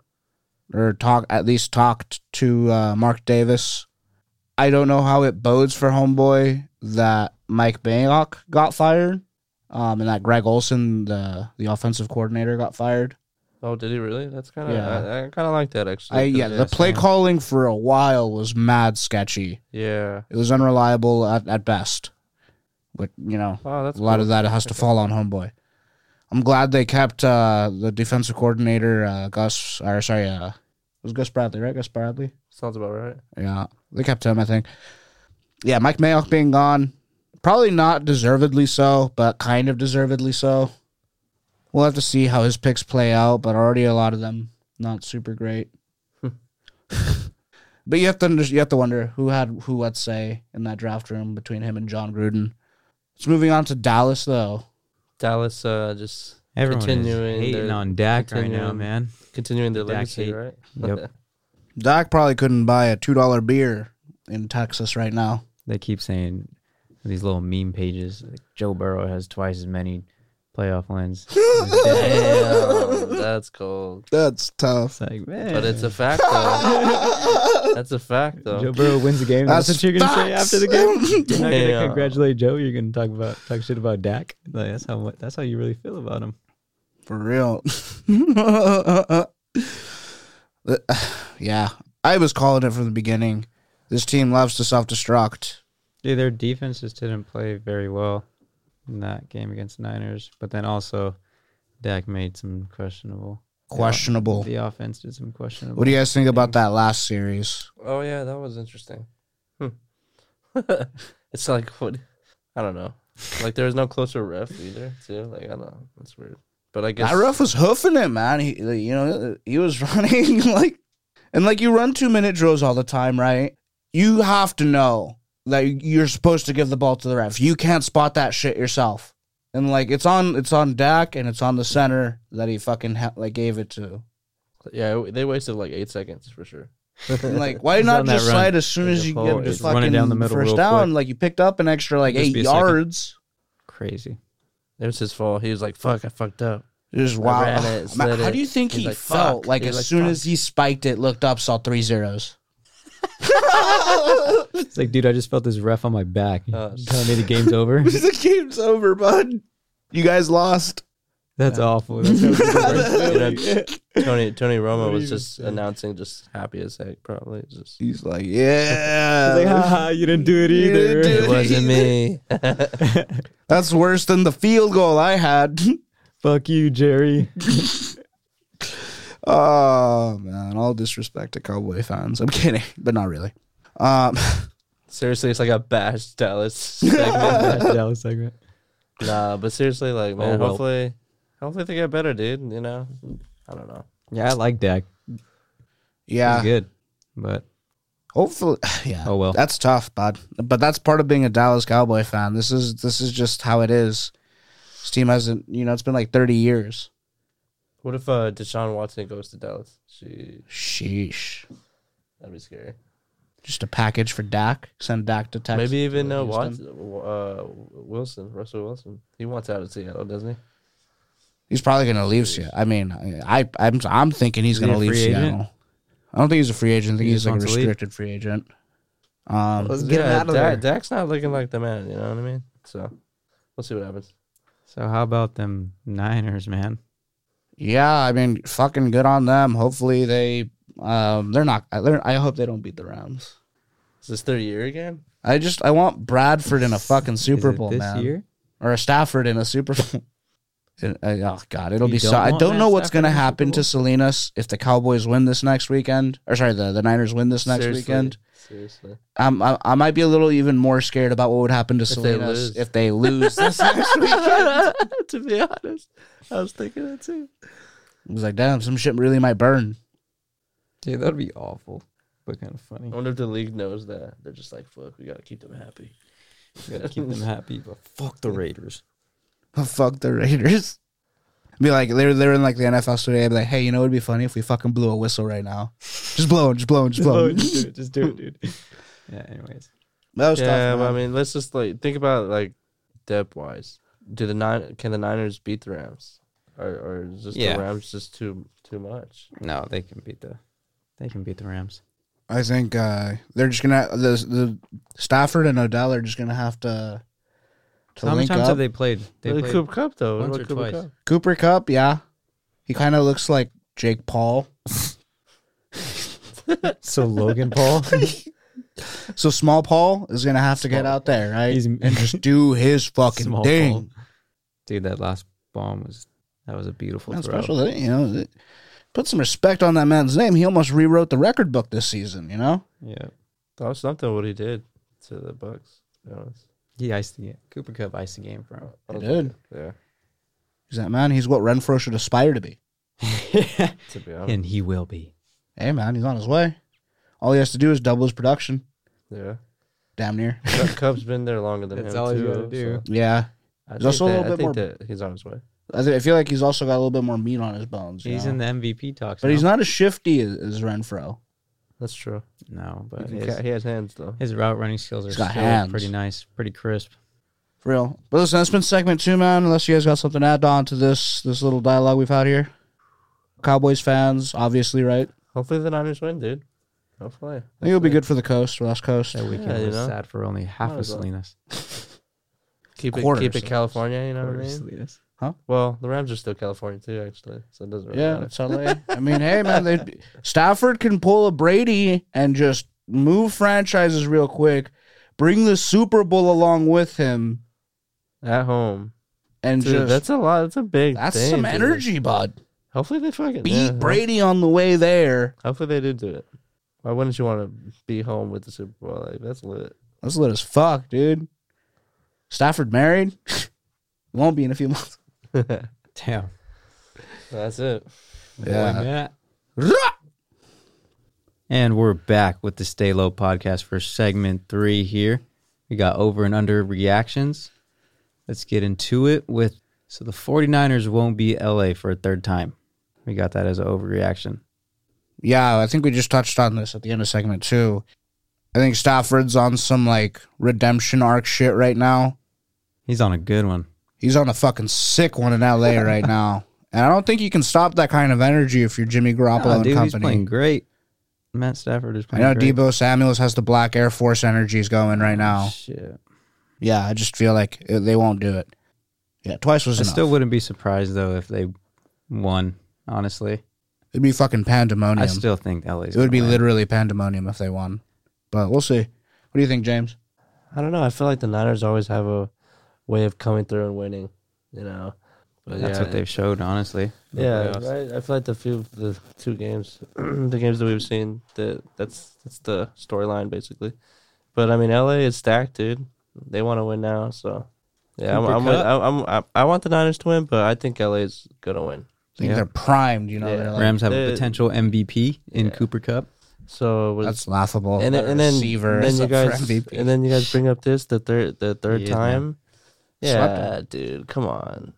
[SPEAKER 1] or talk at least talked to uh, Mark Davis. I don't know how it bodes for homeboy that Mike Mayock got fired, um, and that Greg Olson, the the offensive coordinator, got fired.
[SPEAKER 2] Oh, did he really? That's kind of
[SPEAKER 1] Yeah.
[SPEAKER 2] I, I kind of like that actually.
[SPEAKER 1] I,
[SPEAKER 2] 'cause
[SPEAKER 1] yeah, the play
[SPEAKER 2] so-
[SPEAKER 1] calling for a while was mad sketchy.
[SPEAKER 2] Yeah.
[SPEAKER 1] It was unreliable at, at best. But you know,
[SPEAKER 2] Oh, that's
[SPEAKER 1] a lot
[SPEAKER 2] cool.
[SPEAKER 1] of that has to fall on homeboy. I'm glad they kept uh, the defensive coordinator uh, Gus. Or sorry, uh, it was Gus Bradley, right? Gus Bradley.
[SPEAKER 2] sounds about right.
[SPEAKER 1] Yeah, they kept him. I think. Yeah, Mike Mayock being gone, probably not deservedly so, but kind of deservedly so. We'll have to see how his picks play out, but already a lot of them not super great. but you have to under- you have to wonder who had who what say in that draft room between him and John Gruden. It's moving on to Dallas though.
[SPEAKER 2] Dallas uh, just
[SPEAKER 3] Everyone
[SPEAKER 2] Continuing
[SPEAKER 3] is hating
[SPEAKER 2] their-
[SPEAKER 3] on Dak right now,
[SPEAKER 2] continuing-
[SPEAKER 3] man.
[SPEAKER 2] continuing their
[SPEAKER 3] Dak
[SPEAKER 2] legacy,
[SPEAKER 3] hate.
[SPEAKER 2] right?
[SPEAKER 3] Yep.
[SPEAKER 1] Doc probably couldn't buy a two dollar beer in Texas right now.
[SPEAKER 3] They keep saying these little meme pages. Like Joe Burrow has twice as many playoff wins. it's
[SPEAKER 2] Damn, that's cold.
[SPEAKER 1] That's tough.
[SPEAKER 3] like, man,
[SPEAKER 2] But it's a fact though. that's a fact though.
[SPEAKER 3] Joe Burrow wins the game. That's,
[SPEAKER 1] That's
[SPEAKER 3] what you're gonna say
[SPEAKER 1] facts.
[SPEAKER 3] after the game. You're not gonna
[SPEAKER 2] Damn.
[SPEAKER 3] congratulate Joe. You're gonna talk about talk shit about Dak. Like, that's how mu- that's how you really feel about him.
[SPEAKER 1] For real. yeah. I was calling it from the beginning. This team loves to self destruct.
[SPEAKER 3] Yeah, their defense just didn't play very well in that game against Niners. But then also, Dak made some questionable.
[SPEAKER 1] Questionable.
[SPEAKER 3] The offense did some questionable.
[SPEAKER 1] What do you guys think about that last series?
[SPEAKER 2] Oh yeah, that was interesting. Hmm. it's like what I don't know. Like there was no closer ref either, too. Like I don't know. That's weird. But I guess
[SPEAKER 1] That ref was hoofing it, man. He, you know, he was running like, and like you run two minute drills all the time, right? You have to know that you're supposed to give the ball to the ref. You can't spot that shit yourself. And like it's on, it's on Dak and it's on the center that he fucking ha- like gave it to.
[SPEAKER 2] yeah, they wasted like eight seconds for sure.
[SPEAKER 1] And, like, why
[SPEAKER 3] He's
[SPEAKER 1] not
[SPEAKER 3] on that
[SPEAKER 1] just
[SPEAKER 3] run.
[SPEAKER 1] slide as soon
[SPEAKER 2] Like
[SPEAKER 1] as
[SPEAKER 2] a
[SPEAKER 1] you
[SPEAKER 2] forward.
[SPEAKER 1] get just
[SPEAKER 3] Just run it
[SPEAKER 1] fucking
[SPEAKER 3] down the middle
[SPEAKER 1] first
[SPEAKER 3] real
[SPEAKER 1] down?
[SPEAKER 3] quick.
[SPEAKER 1] Like you picked up an extra like
[SPEAKER 3] Just
[SPEAKER 1] eight
[SPEAKER 3] be a second.
[SPEAKER 1] yards.
[SPEAKER 3] Crazy.
[SPEAKER 2] It was his fault. He was like, "Fuck, I fucked up."
[SPEAKER 1] Just wow.
[SPEAKER 2] ran it,
[SPEAKER 1] Man,
[SPEAKER 2] slid
[SPEAKER 1] how
[SPEAKER 2] it.
[SPEAKER 1] do you think
[SPEAKER 2] He's
[SPEAKER 1] he
[SPEAKER 2] like,
[SPEAKER 1] felt?
[SPEAKER 2] fuck.
[SPEAKER 1] Like
[SPEAKER 2] He's
[SPEAKER 1] as
[SPEAKER 2] like,
[SPEAKER 1] soon
[SPEAKER 2] fuck.
[SPEAKER 1] as he spiked it, looked up, saw three zeros.
[SPEAKER 3] It's like, dude, I just felt this ref on my back.
[SPEAKER 2] Uh,
[SPEAKER 3] You telling me the game's over.
[SPEAKER 1] the game's over, bud. You guys lost.
[SPEAKER 3] That's awful. That's how
[SPEAKER 2] You know,
[SPEAKER 3] it works.
[SPEAKER 2] Tony Tony Romo
[SPEAKER 3] What
[SPEAKER 2] was
[SPEAKER 3] do you
[SPEAKER 2] just
[SPEAKER 3] say?
[SPEAKER 2] announcing, just happy as heck, probably. It's Just
[SPEAKER 1] He's like,
[SPEAKER 3] It's
[SPEAKER 1] yeah.
[SPEAKER 3] like, haha, you didn't do it
[SPEAKER 1] You
[SPEAKER 3] either.
[SPEAKER 1] didn't do
[SPEAKER 2] it wasn't me.
[SPEAKER 1] That's worse than the field goal I had.
[SPEAKER 3] Fuck you, Jerry.
[SPEAKER 1] oh man, all disrespect to Cowboy fans. I'm kidding, but not really. Um,
[SPEAKER 2] seriously, it's like a bash Dallas segment.
[SPEAKER 3] That's the Dallas segment.
[SPEAKER 2] Nah, but seriously, like man,
[SPEAKER 3] well.
[SPEAKER 2] hopefully, hopefully they get better, dude. You know, I don't know.
[SPEAKER 3] Yeah, I like Dak. He's
[SPEAKER 1] yeah,
[SPEAKER 3] good. But
[SPEAKER 1] hopefully, yeah.
[SPEAKER 3] oh well.
[SPEAKER 1] That's tough, bud. But that's part of being a Dallas Cowboy fan. This is this is just how it is. This team hasn't, you know, it's been like 30 years.
[SPEAKER 2] What if uh, Deshaun Watson goes to Dallas? She
[SPEAKER 1] Sheesh.
[SPEAKER 2] that'd be scary.
[SPEAKER 1] Just a package for Dak. Send Dak to Texas.
[SPEAKER 2] Maybe even uh,
[SPEAKER 1] Houston.
[SPEAKER 2] Watson, uh, Wilson, Russell Wilson. He wants out of Seattle, doesn't he?
[SPEAKER 1] He's probably gonna leave Seattle. I mean, I I'm I'm thinking he's
[SPEAKER 3] Is he
[SPEAKER 1] gonna
[SPEAKER 3] a
[SPEAKER 1] leave
[SPEAKER 3] free agent?
[SPEAKER 1] Seattle. I don't think he's a free agent. I think
[SPEAKER 3] He
[SPEAKER 1] he's
[SPEAKER 3] just
[SPEAKER 1] like a
[SPEAKER 3] wants to leave?
[SPEAKER 1] restricted free agent. Um,
[SPEAKER 3] Let's get him out of
[SPEAKER 2] Dak-
[SPEAKER 3] there.
[SPEAKER 2] Dak's not looking like the man. You know what I mean? So we'll see what happens.
[SPEAKER 3] So how about them Niners, man?
[SPEAKER 1] yeah, I mean, fucking good on them. Hopefully they um they're not. They're, I hope they don't beat the Rams.
[SPEAKER 2] Is this their year again?
[SPEAKER 1] I just I want Bradford in a fucking Super
[SPEAKER 3] Is it
[SPEAKER 1] Bowl,
[SPEAKER 3] this
[SPEAKER 1] man.
[SPEAKER 3] year.
[SPEAKER 1] or a Stafford in a Super Bowl. It- I- oh God, it'll
[SPEAKER 3] You
[SPEAKER 1] be
[SPEAKER 3] don't
[SPEAKER 1] so. I
[SPEAKER 3] want
[SPEAKER 1] don't
[SPEAKER 3] Matt
[SPEAKER 1] know what's
[SPEAKER 3] Stafford
[SPEAKER 1] going to
[SPEAKER 3] in the Super
[SPEAKER 1] happen to
[SPEAKER 3] Bowl?
[SPEAKER 1] Salinas if the Cowboys win this next weekend, or sorry, the, the Niners win this next
[SPEAKER 2] Seriously.
[SPEAKER 1] weekend.
[SPEAKER 2] Seriously.
[SPEAKER 1] Um, I, I might be a little even more scared about what would happen to
[SPEAKER 2] they
[SPEAKER 1] Salinas
[SPEAKER 2] lose.
[SPEAKER 1] if they lose this next weekend.
[SPEAKER 2] to be honest, I was thinking that too.
[SPEAKER 1] I was like, damn, some shit really might burn.
[SPEAKER 3] Dude, that'd be awful, but kind of funny.
[SPEAKER 2] I wonder if the league knows that they're just like, fuck, we gotta keep them happy.
[SPEAKER 3] Gotta keep them happy, but fuck the Raiders.
[SPEAKER 1] Oh, Fuck the Raiders. Be like they're they're in like the NFL today. I'd be like, hey, you know, it'd be funny if we fucking blew a whistle right now. Just blowing, just blowing, just blowing.
[SPEAKER 3] Oh, just do it. Just do it, dude. Yeah. Anyways,
[SPEAKER 1] That was
[SPEAKER 2] Yeah,
[SPEAKER 1] tough.
[SPEAKER 2] but I
[SPEAKER 1] Man.
[SPEAKER 2] mean, let's just like think about like depth wise. Do the nine? Can the Niners beat the Rams? Or, or is just
[SPEAKER 3] Yeah.
[SPEAKER 2] the Rams just too too much?
[SPEAKER 3] no, they can beat the, they can beat the Rams.
[SPEAKER 1] I think uh, they're just gonna the the Stafford and Odell are just gonna have to to
[SPEAKER 3] How many
[SPEAKER 1] link
[SPEAKER 3] times
[SPEAKER 1] up.
[SPEAKER 3] have they played? They
[SPEAKER 2] the
[SPEAKER 3] played
[SPEAKER 2] Cooper Cup though. What
[SPEAKER 3] once or
[SPEAKER 2] about Cooper
[SPEAKER 3] twice.
[SPEAKER 2] Kupp?
[SPEAKER 1] Cooper Cup, yeah, he kind of looks like Jake Paul.
[SPEAKER 3] so Logan Paul.
[SPEAKER 1] So small Paul is gonna have to get
[SPEAKER 3] Small
[SPEAKER 1] out there, right,
[SPEAKER 3] He's-
[SPEAKER 1] and just do his fucking
[SPEAKER 3] Small
[SPEAKER 1] thing.
[SPEAKER 3] ball. Dude, that last bomb was that was a beautiful
[SPEAKER 1] That's
[SPEAKER 3] throw.
[SPEAKER 1] special, that- you know. that- Put some respect on that man's name. He almost rewrote the record book this season. You know,
[SPEAKER 3] Yeah.
[SPEAKER 2] That was something what he did to the Bucks. To be honest,
[SPEAKER 3] He iced the Cooper Cup iced the game for
[SPEAKER 2] I
[SPEAKER 1] he
[SPEAKER 2] don't
[SPEAKER 1] did.
[SPEAKER 2] think- Yeah,
[SPEAKER 1] He's that man. He's what Renfro should aspire to be.
[SPEAKER 3] him.
[SPEAKER 2] to be honest,
[SPEAKER 3] and he will be.
[SPEAKER 1] Hey man, he's on his way. All he has to do is double his production.
[SPEAKER 2] yeah.
[SPEAKER 1] damn near.
[SPEAKER 2] Cu- Cub's been there longer than
[SPEAKER 3] That's
[SPEAKER 2] him.
[SPEAKER 3] all
[SPEAKER 2] too,
[SPEAKER 3] you gotta
[SPEAKER 2] so
[SPEAKER 3] do.
[SPEAKER 1] Yeah,
[SPEAKER 2] I
[SPEAKER 1] There's
[SPEAKER 2] think,
[SPEAKER 1] also a
[SPEAKER 2] that,
[SPEAKER 1] little
[SPEAKER 2] I
[SPEAKER 1] bit
[SPEAKER 2] think
[SPEAKER 1] more-
[SPEAKER 2] that he's on his way.
[SPEAKER 1] I, th- I feel like he's also got a little bit more meat on his bones.
[SPEAKER 3] He's in the MVP talks,
[SPEAKER 1] but he's not as shifty as, as Renfro.
[SPEAKER 2] That's true. He
[SPEAKER 3] No, but
[SPEAKER 2] can
[SPEAKER 3] his,
[SPEAKER 2] ca- he has hands though.
[SPEAKER 3] his route running skills are
[SPEAKER 1] He's
[SPEAKER 3] still
[SPEAKER 1] got hands.
[SPEAKER 3] pretty nice, pretty crisp.
[SPEAKER 1] For real. But listen, that's been segment two, man. Unless you guys got something to add on to this this little dialogue we've had here. Cowboys fans, obviously, right?
[SPEAKER 2] Hopefully the Niners win, dude. Hopefully.
[SPEAKER 1] I think it'll be good for the coast, West Coast.
[SPEAKER 3] That weekend
[SPEAKER 2] you
[SPEAKER 3] was
[SPEAKER 2] know.
[SPEAKER 3] sad for only half
[SPEAKER 2] Might
[SPEAKER 3] of
[SPEAKER 2] as well.
[SPEAKER 3] Salinas.
[SPEAKER 2] Keep
[SPEAKER 1] Quarter
[SPEAKER 2] it, keep
[SPEAKER 1] Salinas.
[SPEAKER 2] it California. You know what I
[SPEAKER 3] Or
[SPEAKER 2] mean.
[SPEAKER 3] Salinas.
[SPEAKER 2] Well, the Rams are still California too, actually, so it doesn't really
[SPEAKER 1] Yeah,
[SPEAKER 2] matter.
[SPEAKER 1] it's LA. I mean, hey, man, they Stafford can pull a Brady and just move franchises real quick, bring the Super Bowl along with him,
[SPEAKER 2] At home,
[SPEAKER 1] and
[SPEAKER 2] dude,
[SPEAKER 1] just that's,
[SPEAKER 2] that's a lot. That's a big. thing,
[SPEAKER 1] some
[SPEAKER 2] dude.
[SPEAKER 1] energy, bud.
[SPEAKER 2] Hopefully they fucking
[SPEAKER 1] Beat
[SPEAKER 2] yeah,
[SPEAKER 1] Brady on the way there.
[SPEAKER 2] Hopefully they do do it. Why wouldn't you want to be home with the Super Bowl? Like that's lit.
[SPEAKER 1] That's lit as fuck, dude. Stafford married. Won't be in a few months.
[SPEAKER 3] Damn.
[SPEAKER 2] that's it.
[SPEAKER 1] Yeah.
[SPEAKER 3] Boy, Matt. And we're back with the Stay Low podcast for segment three here. We got over and under reactions. Let's get into it with so the 49ers won't be LA for a third time. We got that as an overreaction.
[SPEAKER 1] Yeah, I think we just touched on this at the end of segment two. I think Stafford's on some like redemption arc shit right now.
[SPEAKER 3] He's on a good one.
[SPEAKER 1] He's on a fucking sick one in LA right now. And I don't think you can stop that kind of energy if you're Jimmy Garoppolo
[SPEAKER 3] Nah,
[SPEAKER 1] and
[SPEAKER 3] dude, he's playing
[SPEAKER 1] company.
[SPEAKER 3] great. Matt Stafford is
[SPEAKER 1] I
[SPEAKER 3] playing
[SPEAKER 1] know
[SPEAKER 3] great.
[SPEAKER 1] Debo Samuels has the black Air Force energies going right now.
[SPEAKER 3] Shit.
[SPEAKER 1] Yeah, I just feel like it- they won't do it. Yeah, twice was
[SPEAKER 3] I
[SPEAKER 1] enough.
[SPEAKER 3] still wouldn't be surprised though if they won, honestly.
[SPEAKER 1] It'd be fucking pandemonium.
[SPEAKER 3] I still think LA's
[SPEAKER 1] it would
[SPEAKER 3] gonna
[SPEAKER 1] be
[SPEAKER 3] win.
[SPEAKER 1] literally pandemonium if they won. But we'll see. What do you think, James?
[SPEAKER 2] I don't know. I feel like the Niners always have a way of coming through and winning. You know, but
[SPEAKER 3] That's
[SPEAKER 2] yeah,
[SPEAKER 3] what they've showed, honestly.
[SPEAKER 2] Yeah, right. I feel like the few the two games, the games that we've seen, that that's that's the storyline basically. But I mean, LA is stacked, dude. They want to win now, so yeah, I'm,
[SPEAKER 3] Cooper
[SPEAKER 2] I'm, with,
[SPEAKER 3] Kupp.
[SPEAKER 2] I'm, I'm I want the Niners to win, but I think LA is gonna win.
[SPEAKER 1] I think
[SPEAKER 3] Yeah.
[SPEAKER 1] they're primed, you know.
[SPEAKER 2] Yeah.
[SPEAKER 1] They're like,
[SPEAKER 3] Rams have a
[SPEAKER 2] the-
[SPEAKER 3] potential MVP in
[SPEAKER 2] Yeah.
[SPEAKER 3] Cooper Cup.
[SPEAKER 2] So with-
[SPEAKER 1] That's laughable.
[SPEAKER 2] and then,
[SPEAKER 1] That
[SPEAKER 2] and then,
[SPEAKER 1] receiver
[SPEAKER 2] and then
[SPEAKER 1] is
[SPEAKER 2] you
[SPEAKER 1] up for
[SPEAKER 2] guys
[SPEAKER 1] MVP.
[SPEAKER 2] and then you guys bring up this the third the third
[SPEAKER 3] He is, man.
[SPEAKER 2] time.
[SPEAKER 1] Slept
[SPEAKER 2] Yeah, dude, come on.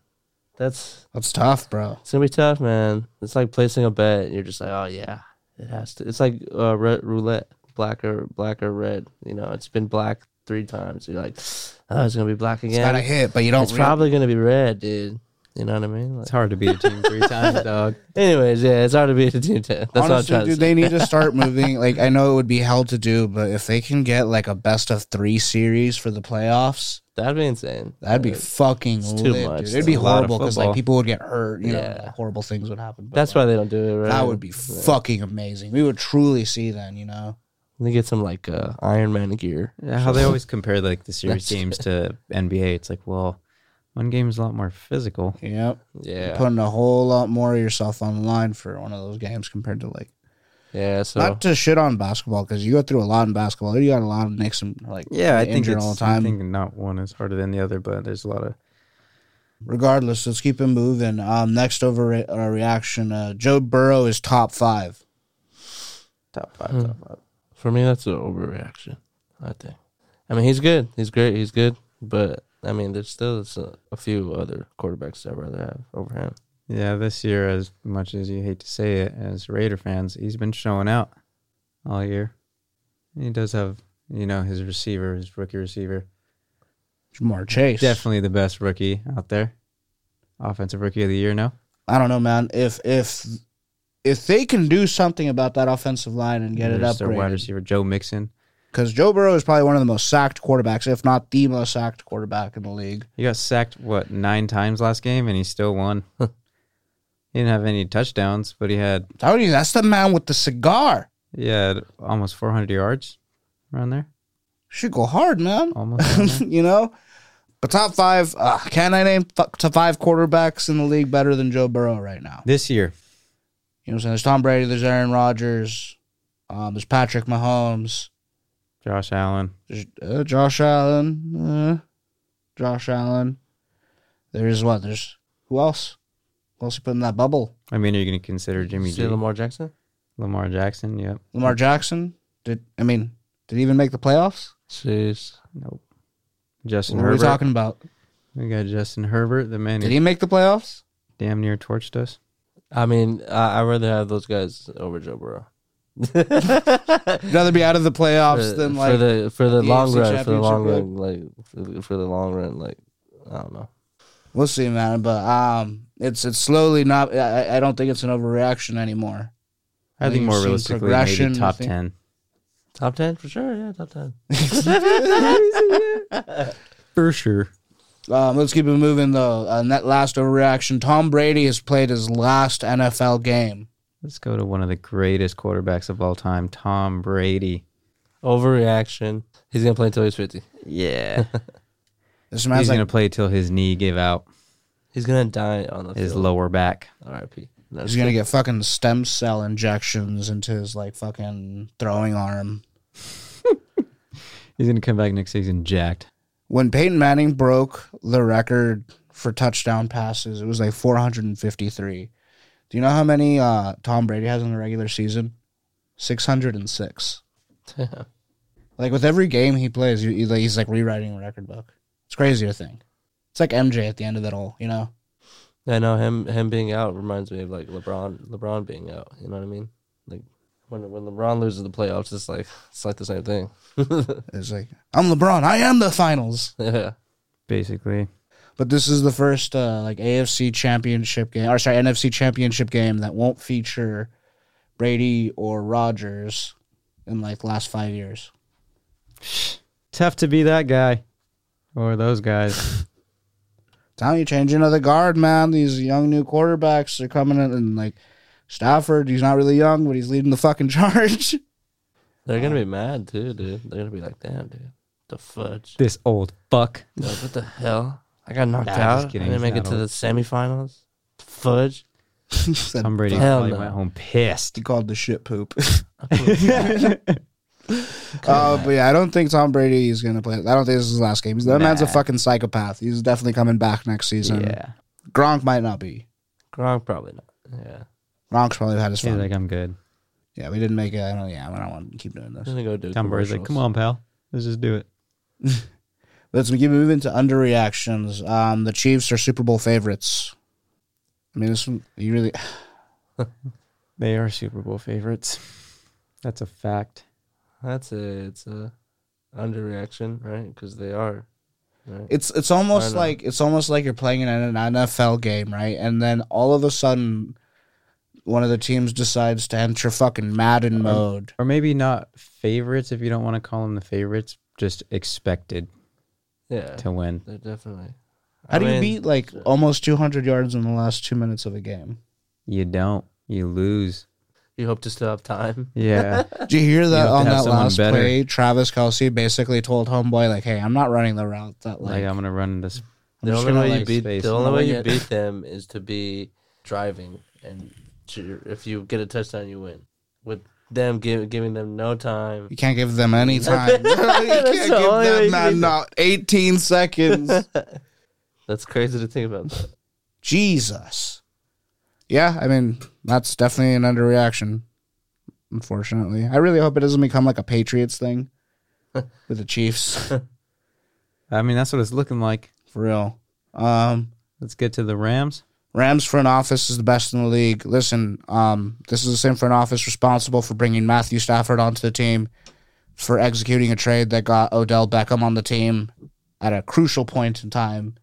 [SPEAKER 2] That's
[SPEAKER 1] That's tough, bro.
[SPEAKER 2] It's gonna be tough, man. It's like placing a bet. You're just like, oh yeah, it has to. It's like uh, red, roulette, black or black or red. You know, it's been black three times. You're like, oh, it's gonna be black
[SPEAKER 1] It's got
[SPEAKER 2] again.
[SPEAKER 1] a
[SPEAKER 2] It's,
[SPEAKER 1] hit, but you don't. really-
[SPEAKER 2] probably gonna be red, dude. You know what I mean? Like,
[SPEAKER 3] It's hard to beat a team three times, dog.
[SPEAKER 2] anyways, yeah, it's hard to be a team ten. That's what I'm
[SPEAKER 1] Honestly,
[SPEAKER 2] trying
[SPEAKER 1] dude,
[SPEAKER 2] to say.
[SPEAKER 1] they need to start moving. Like, I know it would be hell to do, but if they can get like a best of three series for the playoffs,
[SPEAKER 2] That'd be insane.
[SPEAKER 1] that'd be
[SPEAKER 2] Like,
[SPEAKER 1] fucking
[SPEAKER 2] too
[SPEAKER 1] lit,
[SPEAKER 2] much,
[SPEAKER 1] Dude. It'd be
[SPEAKER 2] though.
[SPEAKER 3] A lot of
[SPEAKER 1] horrible because like
[SPEAKER 3] football.
[SPEAKER 1] people would get hurt. You know,
[SPEAKER 2] Yeah.
[SPEAKER 1] like, horrible things would happen. But,
[SPEAKER 2] that's
[SPEAKER 1] like,
[SPEAKER 2] why they don't do it. Right?
[SPEAKER 1] that would be fucking amazing. We would truly see then. You know,
[SPEAKER 2] They get some like uh, Iron Man gear.
[SPEAKER 3] Yeah, how they always compare like the series
[SPEAKER 2] That's-
[SPEAKER 3] games to NBA. It's like, well, one game is a lot more physical.
[SPEAKER 1] yep,
[SPEAKER 2] Yeah,
[SPEAKER 1] putting a whole lot more of yourself on the line for one of those games compared to like.
[SPEAKER 2] yeah. So
[SPEAKER 1] Not to shit on basketball because you go through a lot in basketball. You got a lot of make some like injured all the time.
[SPEAKER 3] I think not one is harder than the other, but there's a lot of
[SPEAKER 1] Regardless, let's keep it moving. Um, next over uh, reaction, uh, Joe Burrow is top five.
[SPEAKER 3] top five,
[SPEAKER 2] Hmm.
[SPEAKER 3] top five.
[SPEAKER 2] For me, that's an overreaction. I think. I mean, he's good. He's great. He's good. But I mean, there's still s- a, few other quarterbacks I'd rather have over him.
[SPEAKER 3] Yeah, this year, as much as you hate to say it, as Raider fans, he's been showing out all year. He does have, you know, his receiver, his rookie receiver,
[SPEAKER 1] Jamar Chase.
[SPEAKER 3] definitely the best rookie out there. Offensive rookie of the year now.
[SPEAKER 1] I don't know, man. If if if they can do something about that offensive line and get
[SPEAKER 3] There's
[SPEAKER 1] it
[SPEAKER 3] Their wide
[SPEAKER 1] upgraded,
[SPEAKER 3] receiver Joe Mixon.
[SPEAKER 1] because Joe Burrow is probably one of the most sacked quarterbacks, if not the most sacked quarterback in the league.
[SPEAKER 3] He got sacked what nine times last game, and he still won. he didn't have any touchdowns, but he had
[SPEAKER 1] That would- That's the man with the cigar.
[SPEAKER 3] he had almost 400 yards around there.
[SPEAKER 1] Should go hard, man.
[SPEAKER 3] Almost. around there.
[SPEAKER 1] you know. But top five, uh, can I name f- to five quarterbacks in the league better than Joe Burrow right now?
[SPEAKER 3] this year,
[SPEAKER 1] You know what I'm saying? There's Tom Brady, there's Aaron Rodgers, um, there's Patrick Mahomes,
[SPEAKER 3] Josh Allen.
[SPEAKER 1] there's uh, Josh Allen, uh, Josh Allen. There's what? There's who else? Who else you put in that bubble?
[SPEAKER 3] I mean, are you going to consider Jimmy
[SPEAKER 2] See
[SPEAKER 3] G?
[SPEAKER 2] Lamar Jackson?
[SPEAKER 3] Lamar Jackson. Yep.
[SPEAKER 1] Lamar Jackson? Did I mean, did he even make the playoffs?
[SPEAKER 2] Jeez.
[SPEAKER 3] Nope. Justin
[SPEAKER 1] What are we
[SPEAKER 3] Herbert.
[SPEAKER 1] talking about?
[SPEAKER 3] We got Justin Herbert, the man who
[SPEAKER 1] Did he make the playoffs?
[SPEAKER 3] damn near torched us.
[SPEAKER 2] I mean, I, I'd rather have those guys over Joe Burrow.
[SPEAKER 1] I'd rather be out of the playoffs
[SPEAKER 2] for,
[SPEAKER 1] than
[SPEAKER 2] for
[SPEAKER 1] like
[SPEAKER 2] the for
[SPEAKER 1] the
[SPEAKER 2] the long
[SPEAKER 1] AFC
[SPEAKER 2] run, for the long run,
[SPEAKER 1] championship,
[SPEAKER 2] like for, for the long run, like I don't know.
[SPEAKER 1] we'll see, man. But um, it's it's slowly not. I, I- I don't think it's an overreaction anymore.
[SPEAKER 3] I
[SPEAKER 1] We've
[SPEAKER 3] think more
[SPEAKER 1] seen
[SPEAKER 3] realistically,
[SPEAKER 1] progression,
[SPEAKER 3] maybe
[SPEAKER 1] I
[SPEAKER 3] top
[SPEAKER 1] think.
[SPEAKER 3] ten.
[SPEAKER 2] Top ten for sure, yeah, top ten.
[SPEAKER 3] For sure.
[SPEAKER 1] Um, let's keep it moving though. On that last overreaction, Tom Brady has played his last NFL game.
[SPEAKER 3] Let's go to one of the greatest quarterbacks of all time, Tom Brady.
[SPEAKER 2] Overreaction. He's gonna play until he's fifty.
[SPEAKER 3] Yeah.
[SPEAKER 1] This
[SPEAKER 3] He's
[SPEAKER 1] man's like
[SPEAKER 3] gonna play till his knee give out,
[SPEAKER 2] He's gonna die on the
[SPEAKER 3] his
[SPEAKER 2] field.
[SPEAKER 3] lower back.
[SPEAKER 2] R.I.P. No,
[SPEAKER 1] he's gonna get fucking stem cell injections into his like fucking throwing arm.
[SPEAKER 3] He's gonna come back next season jacked.
[SPEAKER 1] When Peyton Manning broke the record for touchdown passes, it was like 453. Do you know how many uh, Tom Brady has in the regular season? 606.
[SPEAKER 2] Damn.
[SPEAKER 1] Like with every game he plays, you, you, like, he's like rewriting a record book. It's crazy to think. It's like MJ at the end of it all, you know?
[SPEAKER 2] I know him. Him being out reminds me of like LeBron. LeBron being out. You know what I mean? Like when when LeBron loses the playoffs, it's like it's like the same thing.
[SPEAKER 1] It's like, I'm LeBron. I am the finals.
[SPEAKER 2] yeah.
[SPEAKER 3] Basically.
[SPEAKER 1] But this is the first uh, like AFC championship game, or sorry, NFC championship game that won't feature Brady or Rodgers in like the last five years.
[SPEAKER 3] Tough to be that guy. Or those guys.
[SPEAKER 1] Time you change another guard, man. These young new quarterbacks are coming in, and like Stafford, he's not really young, but he's leading the fucking charge.
[SPEAKER 2] They're gonna be mad too, dude. They're gonna be like, damn, dude, the fudge.
[SPEAKER 3] this old fuck.
[SPEAKER 2] Like, what the hell? I got knocked
[SPEAKER 3] Nah,
[SPEAKER 2] out.
[SPEAKER 3] just kidding.
[SPEAKER 2] I didn't
[SPEAKER 3] He's
[SPEAKER 2] make it
[SPEAKER 3] not
[SPEAKER 2] to
[SPEAKER 3] old.
[SPEAKER 2] the semifinals. Fudge.
[SPEAKER 1] Said,
[SPEAKER 3] Tom Brady
[SPEAKER 2] Hell
[SPEAKER 3] probably
[SPEAKER 2] no.
[SPEAKER 3] went home
[SPEAKER 1] he
[SPEAKER 3] pissed.
[SPEAKER 1] called the shit poop.
[SPEAKER 2] on,
[SPEAKER 1] uh, but yeah, I don't think Tom Brady is gonna play. I don't think this is his last game. He's- That man's a
[SPEAKER 3] Nah.
[SPEAKER 1] fucking psychopath. He's definitely coming back next season.
[SPEAKER 3] yeah.
[SPEAKER 1] Gronk might not be.
[SPEAKER 2] Gronk probably not. Yeah,
[SPEAKER 1] Gronk's probably had his
[SPEAKER 3] He's
[SPEAKER 1] fun.
[SPEAKER 3] like, I'm good.
[SPEAKER 1] Yeah, we didn't make it. I don't. Yeah, I don't want to keep doing
[SPEAKER 2] I'm
[SPEAKER 1] this.
[SPEAKER 2] gonna go do.
[SPEAKER 3] Tom Brady's like,
[SPEAKER 2] commercials.
[SPEAKER 3] come on, pal. Let's just do it.
[SPEAKER 1] Let's keep moving to underreactions. Um, the Chiefs are Super Bowl favorites. I mean, this one, you really.
[SPEAKER 3] They are Super Bowl favorites. That's a fact.
[SPEAKER 2] That's a it's a underreaction, right? Because they are. Right?
[SPEAKER 1] It's it's
[SPEAKER 2] I
[SPEAKER 1] almost
[SPEAKER 2] know.
[SPEAKER 1] like it's almost like you're playing in an NFL game, right? And then all of a sudden, one of the teams decides to enter fucking
[SPEAKER 3] Um,
[SPEAKER 1] Madden mode.
[SPEAKER 3] Or maybe not favorites if you don't want to call them the favorites, just expected
[SPEAKER 2] yeah,
[SPEAKER 3] to win.
[SPEAKER 2] they're definitely.
[SPEAKER 1] How
[SPEAKER 2] I
[SPEAKER 1] do you
[SPEAKER 2] mean,
[SPEAKER 1] beat like almost 200 yards in the last two minutes of a game?
[SPEAKER 3] You don't. You lose.
[SPEAKER 2] You hope to still have time.
[SPEAKER 3] Yeah.
[SPEAKER 1] Did you hear that
[SPEAKER 3] have to
[SPEAKER 1] on
[SPEAKER 3] have
[SPEAKER 1] that
[SPEAKER 3] someone
[SPEAKER 1] last
[SPEAKER 3] better.
[SPEAKER 1] play? Travis Kelsey basically told homeboy like, "Hey, I'm not running the route that
[SPEAKER 3] like,
[SPEAKER 1] like."
[SPEAKER 2] um,
[SPEAKER 3] I'm going to run this.
[SPEAKER 1] I'm
[SPEAKER 2] the
[SPEAKER 1] just
[SPEAKER 2] only
[SPEAKER 1] gonna,
[SPEAKER 2] way you
[SPEAKER 1] like,
[SPEAKER 2] beat
[SPEAKER 3] space
[SPEAKER 2] the only
[SPEAKER 3] and
[SPEAKER 2] way
[SPEAKER 3] wing
[SPEAKER 2] you
[SPEAKER 3] it.
[SPEAKER 2] beat them is to be driving and to- if you get a touchdown, you win. With them give, giving them no time.
[SPEAKER 1] You can't give them any time. you can't
[SPEAKER 2] That's
[SPEAKER 1] give
[SPEAKER 2] the only way you
[SPEAKER 1] them
[SPEAKER 2] can
[SPEAKER 1] not, not
[SPEAKER 2] do
[SPEAKER 1] 18 seconds.
[SPEAKER 2] That's crazy to think about. That.
[SPEAKER 1] Jesus. Yeah, I mean, that's definitely an underreaction, unfortunately. I really hope it doesn't become like a Patriots thing with the Chiefs,
[SPEAKER 3] I mean, that's what it's looking like.
[SPEAKER 1] for real. Um,
[SPEAKER 3] Let's get to the Rams.
[SPEAKER 1] Rams front office is the best in the league. Listen, um, this is the same front office responsible for bringing Matthew Stafford onto the team, for executing a trade that got Odell Beckham on the team at a crucial point in time.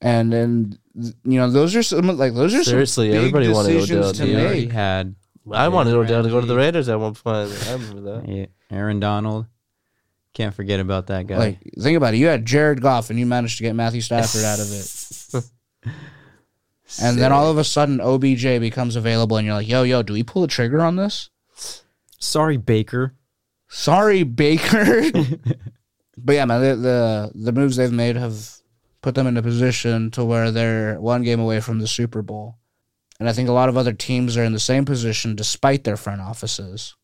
[SPEAKER 1] And then you know those are some like those are
[SPEAKER 2] Seriously,
[SPEAKER 1] some big
[SPEAKER 2] everybody wanted
[SPEAKER 1] decisions
[SPEAKER 2] Odell,
[SPEAKER 1] to
[SPEAKER 2] dude.
[SPEAKER 3] They already
[SPEAKER 1] make.
[SPEAKER 3] had
[SPEAKER 2] I wanted Odell to go to the Raiders at one point. I remember that.
[SPEAKER 3] yeah, Aaron Donald. Can't forget about that guy.
[SPEAKER 1] Like think about it, you had Jared Goff and you managed to get Matthew Stafford out of it, and then all of a sudden OBJ becomes available, and you're like, yo yo, do we pull the trigger on this?
[SPEAKER 3] Sorry, Baker.
[SPEAKER 1] Sorry, Baker. but yeah, man, the, the the moves they've made have put them in a position to where they're one game away from the Super Bowl, and I think a lot of other teams are in the same position despite their front offices.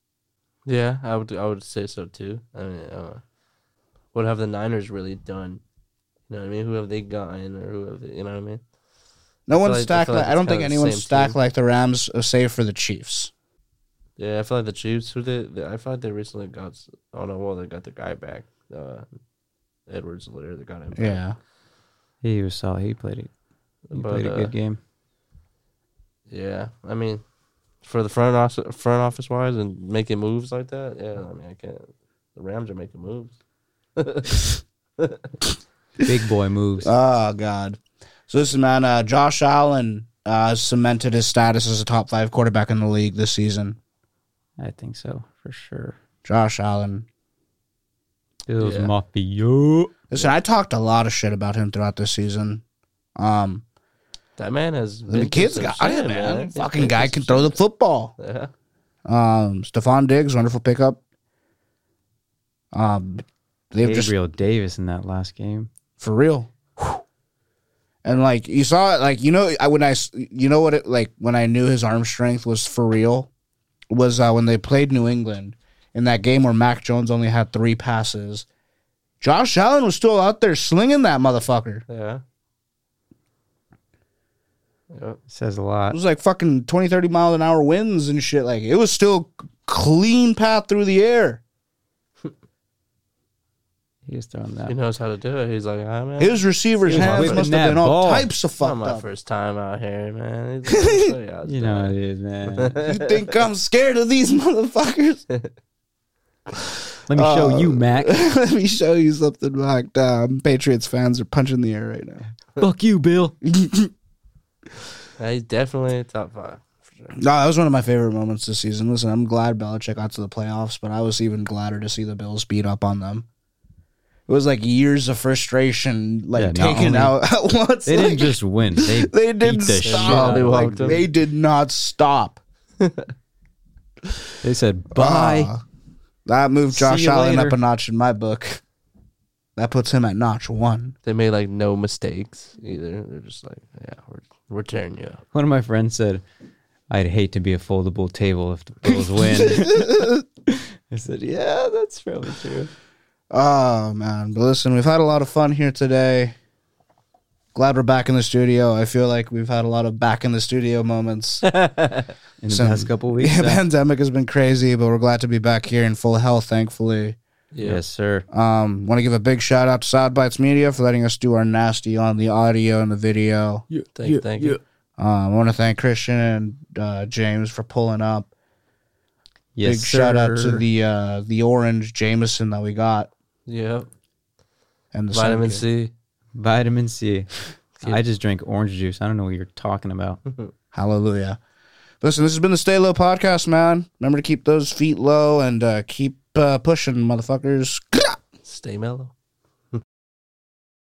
[SPEAKER 2] Yeah, I would. I would say so too. I mean, uh, what have the Niners really done? You know what I mean? Who have they gotten, or who have they, you know what I mean?
[SPEAKER 1] No one
[SPEAKER 2] like- I
[SPEAKER 1] stacked.
[SPEAKER 2] feel like
[SPEAKER 1] like, I
[SPEAKER 2] it's
[SPEAKER 1] don't think
[SPEAKER 2] kinda the
[SPEAKER 1] anyone's
[SPEAKER 2] same
[SPEAKER 1] stacked
[SPEAKER 2] team.
[SPEAKER 1] like the Rams, uh, save for the Chiefs.
[SPEAKER 2] Yeah, I feel like the Chiefs. Who they, they- I feel like they recently got. s- Oh no, well they got the guy back. Uh, Edwards later they got him. Back.
[SPEAKER 1] Yeah.
[SPEAKER 3] He was solid. He played it. He
[SPEAKER 2] but
[SPEAKER 3] played a
[SPEAKER 2] uh,
[SPEAKER 3] good game.
[SPEAKER 2] yeah, I mean, for the front office, front office wise, and making moves like that. Yeah, I mean, I can't. The Rams are making moves.
[SPEAKER 3] Big boy moves.
[SPEAKER 1] Oh God. So listen, man. Uh, Josh Allen uh, cemented his status as a top five quarterback in the league this season.
[SPEAKER 3] I think so for sure.
[SPEAKER 1] Josh Allen.
[SPEAKER 3] Bills
[SPEAKER 2] Yeah.
[SPEAKER 3] mafia. you.
[SPEAKER 1] Listen, I talked a lot of shit about him throughout this season. Um,
[SPEAKER 2] That man has.
[SPEAKER 1] the
[SPEAKER 2] been through
[SPEAKER 1] kid's
[SPEAKER 2] some
[SPEAKER 1] got
[SPEAKER 2] shit,
[SPEAKER 1] it, man.
[SPEAKER 2] He's
[SPEAKER 1] Fucking
[SPEAKER 2] been
[SPEAKER 1] guy can
[SPEAKER 2] through
[SPEAKER 1] throw the football.
[SPEAKER 2] some- Yeah.
[SPEAKER 1] Um, Stephon Diggs, wonderful pickup. Um, they've just
[SPEAKER 3] Gabriel Davis in that last game.
[SPEAKER 1] for real. Whew. And like you saw it, like you know, I when I s- you know what it like when I knew his arm strength was for real was uh, when they played New England in that game where Mac Jones only had three passes. Josh Allen was still out there slinging that motherfucker.
[SPEAKER 2] Yeah. Yep.
[SPEAKER 3] Says a
[SPEAKER 1] It
[SPEAKER 3] lot.
[SPEAKER 1] was like fucking 20, 30 mile an hour winds and shit. Like it was still clean path through the air.
[SPEAKER 3] He was throwing
[SPEAKER 2] He
[SPEAKER 3] that.
[SPEAKER 2] knows how to do it. He's like, ah, man.
[SPEAKER 1] His receivers'
[SPEAKER 3] He was
[SPEAKER 1] hands
[SPEAKER 3] whipping
[SPEAKER 1] must
[SPEAKER 3] that
[SPEAKER 1] have been all
[SPEAKER 3] ball.
[SPEAKER 1] types of
[SPEAKER 2] Not
[SPEAKER 1] fucked
[SPEAKER 2] my
[SPEAKER 1] up.
[SPEAKER 2] first time out here, man. He's like, "I'll show you how it's
[SPEAKER 3] You know how
[SPEAKER 2] done."
[SPEAKER 3] it is, man. Let
[SPEAKER 1] You think I'm scared of these motherfuckers?
[SPEAKER 3] me show you, Mac.
[SPEAKER 1] Let me show you something, Mac. Um, Patriots fans are punching the air right now.
[SPEAKER 3] Fuck you, Bill.
[SPEAKER 2] Yeah, he's definitely top five. For sure.
[SPEAKER 1] No, that was one of my favorite moments this season. Listen, I'm glad Belichick got to the playoffs, but I was even gladder to see the Bills beat up on them. It was like years of frustration,
[SPEAKER 3] Yeah,
[SPEAKER 1] like
[SPEAKER 3] not
[SPEAKER 1] taken
[SPEAKER 3] only-
[SPEAKER 1] out at once.
[SPEAKER 3] They
[SPEAKER 1] like,
[SPEAKER 3] didn't just win. They,
[SPEAKER 1] they
[SPEAKER 3] beat
[SPEAKER 1] didn't
[SPEAKER 3] the shit out
[SPEAKER 1] stop.
[SPEAKER 3] of
[SPEAKER 2] They
[SPEAKER 3] them.
[SPEAKER 1] Like,
[SPEAKER 2] walked them.
[SPEAKER 1] they did not stop.
[SPEAKER 3] They said bye.
[SPEAKER 1] Ah, that moved
[SPEAKER 3] See
[SPEAKER 1] Josh
[SPEAKER 3] you
[SPEAKER 1] Allen
[SPEAKER 3] later.
[SPEAKER 1] up a notch in my book. That puts him at notch one.
[SPEAKER 2] They made like no mistakes either. They're just like, yeah, we're we're tearing you up.
[SPEAKER 3] One of my friends said, "I'd hate to be a foldable table if the Bills win." I said, "Yeah, that's probably true."
[SPEAKER 1] Oh man, but listen, we've had a lot of fun here today. Glad we're back in the studio. I feel like we've had a lot of back in the studio moments. the
[SPEAKER 3] In the
[SPEAKER 1] Some-
[SPEAKER 3] past couple weeks, uh,
[SPEAKER 1] pandemic has been crazy, but we're glad to be back here in full health, thankfully.
[SPEAKER 3] yes, sir.
[SPEAKER 1] Um, want to give a big shout out to Side Bites Media for letting us do our nasty on the audio and the video.
[SPEAKER 2] Yeah. Thank, thank you.
[SPEAKER 1] Um, I want to thank Christian and uh, James for pulling up.
[SPEAKER 3] Yes,
[SPEAKER 1] big shout out
[SPEAKER 3] sir.
[SPEAKER 1] to the uh, the orange Jameson that we got
[SPEAKER 2] Yeah.
[SPEAKER 1] and the
[SPEAKER 2] Vitamin
[SPEAKER 1] Sun
[SPEAKER 2] C.
[SPEAKER 3] vitamin C. I just drank orange juice. I don't know what you're talking about.
[SPEAKER 1] Hallelujah. Listen, this has been the Stay Low podcast, man. Remember to keep those feet low and uh, keep uh, pushing, motherfuckers.
[SPEAKER 2] Stay mellow.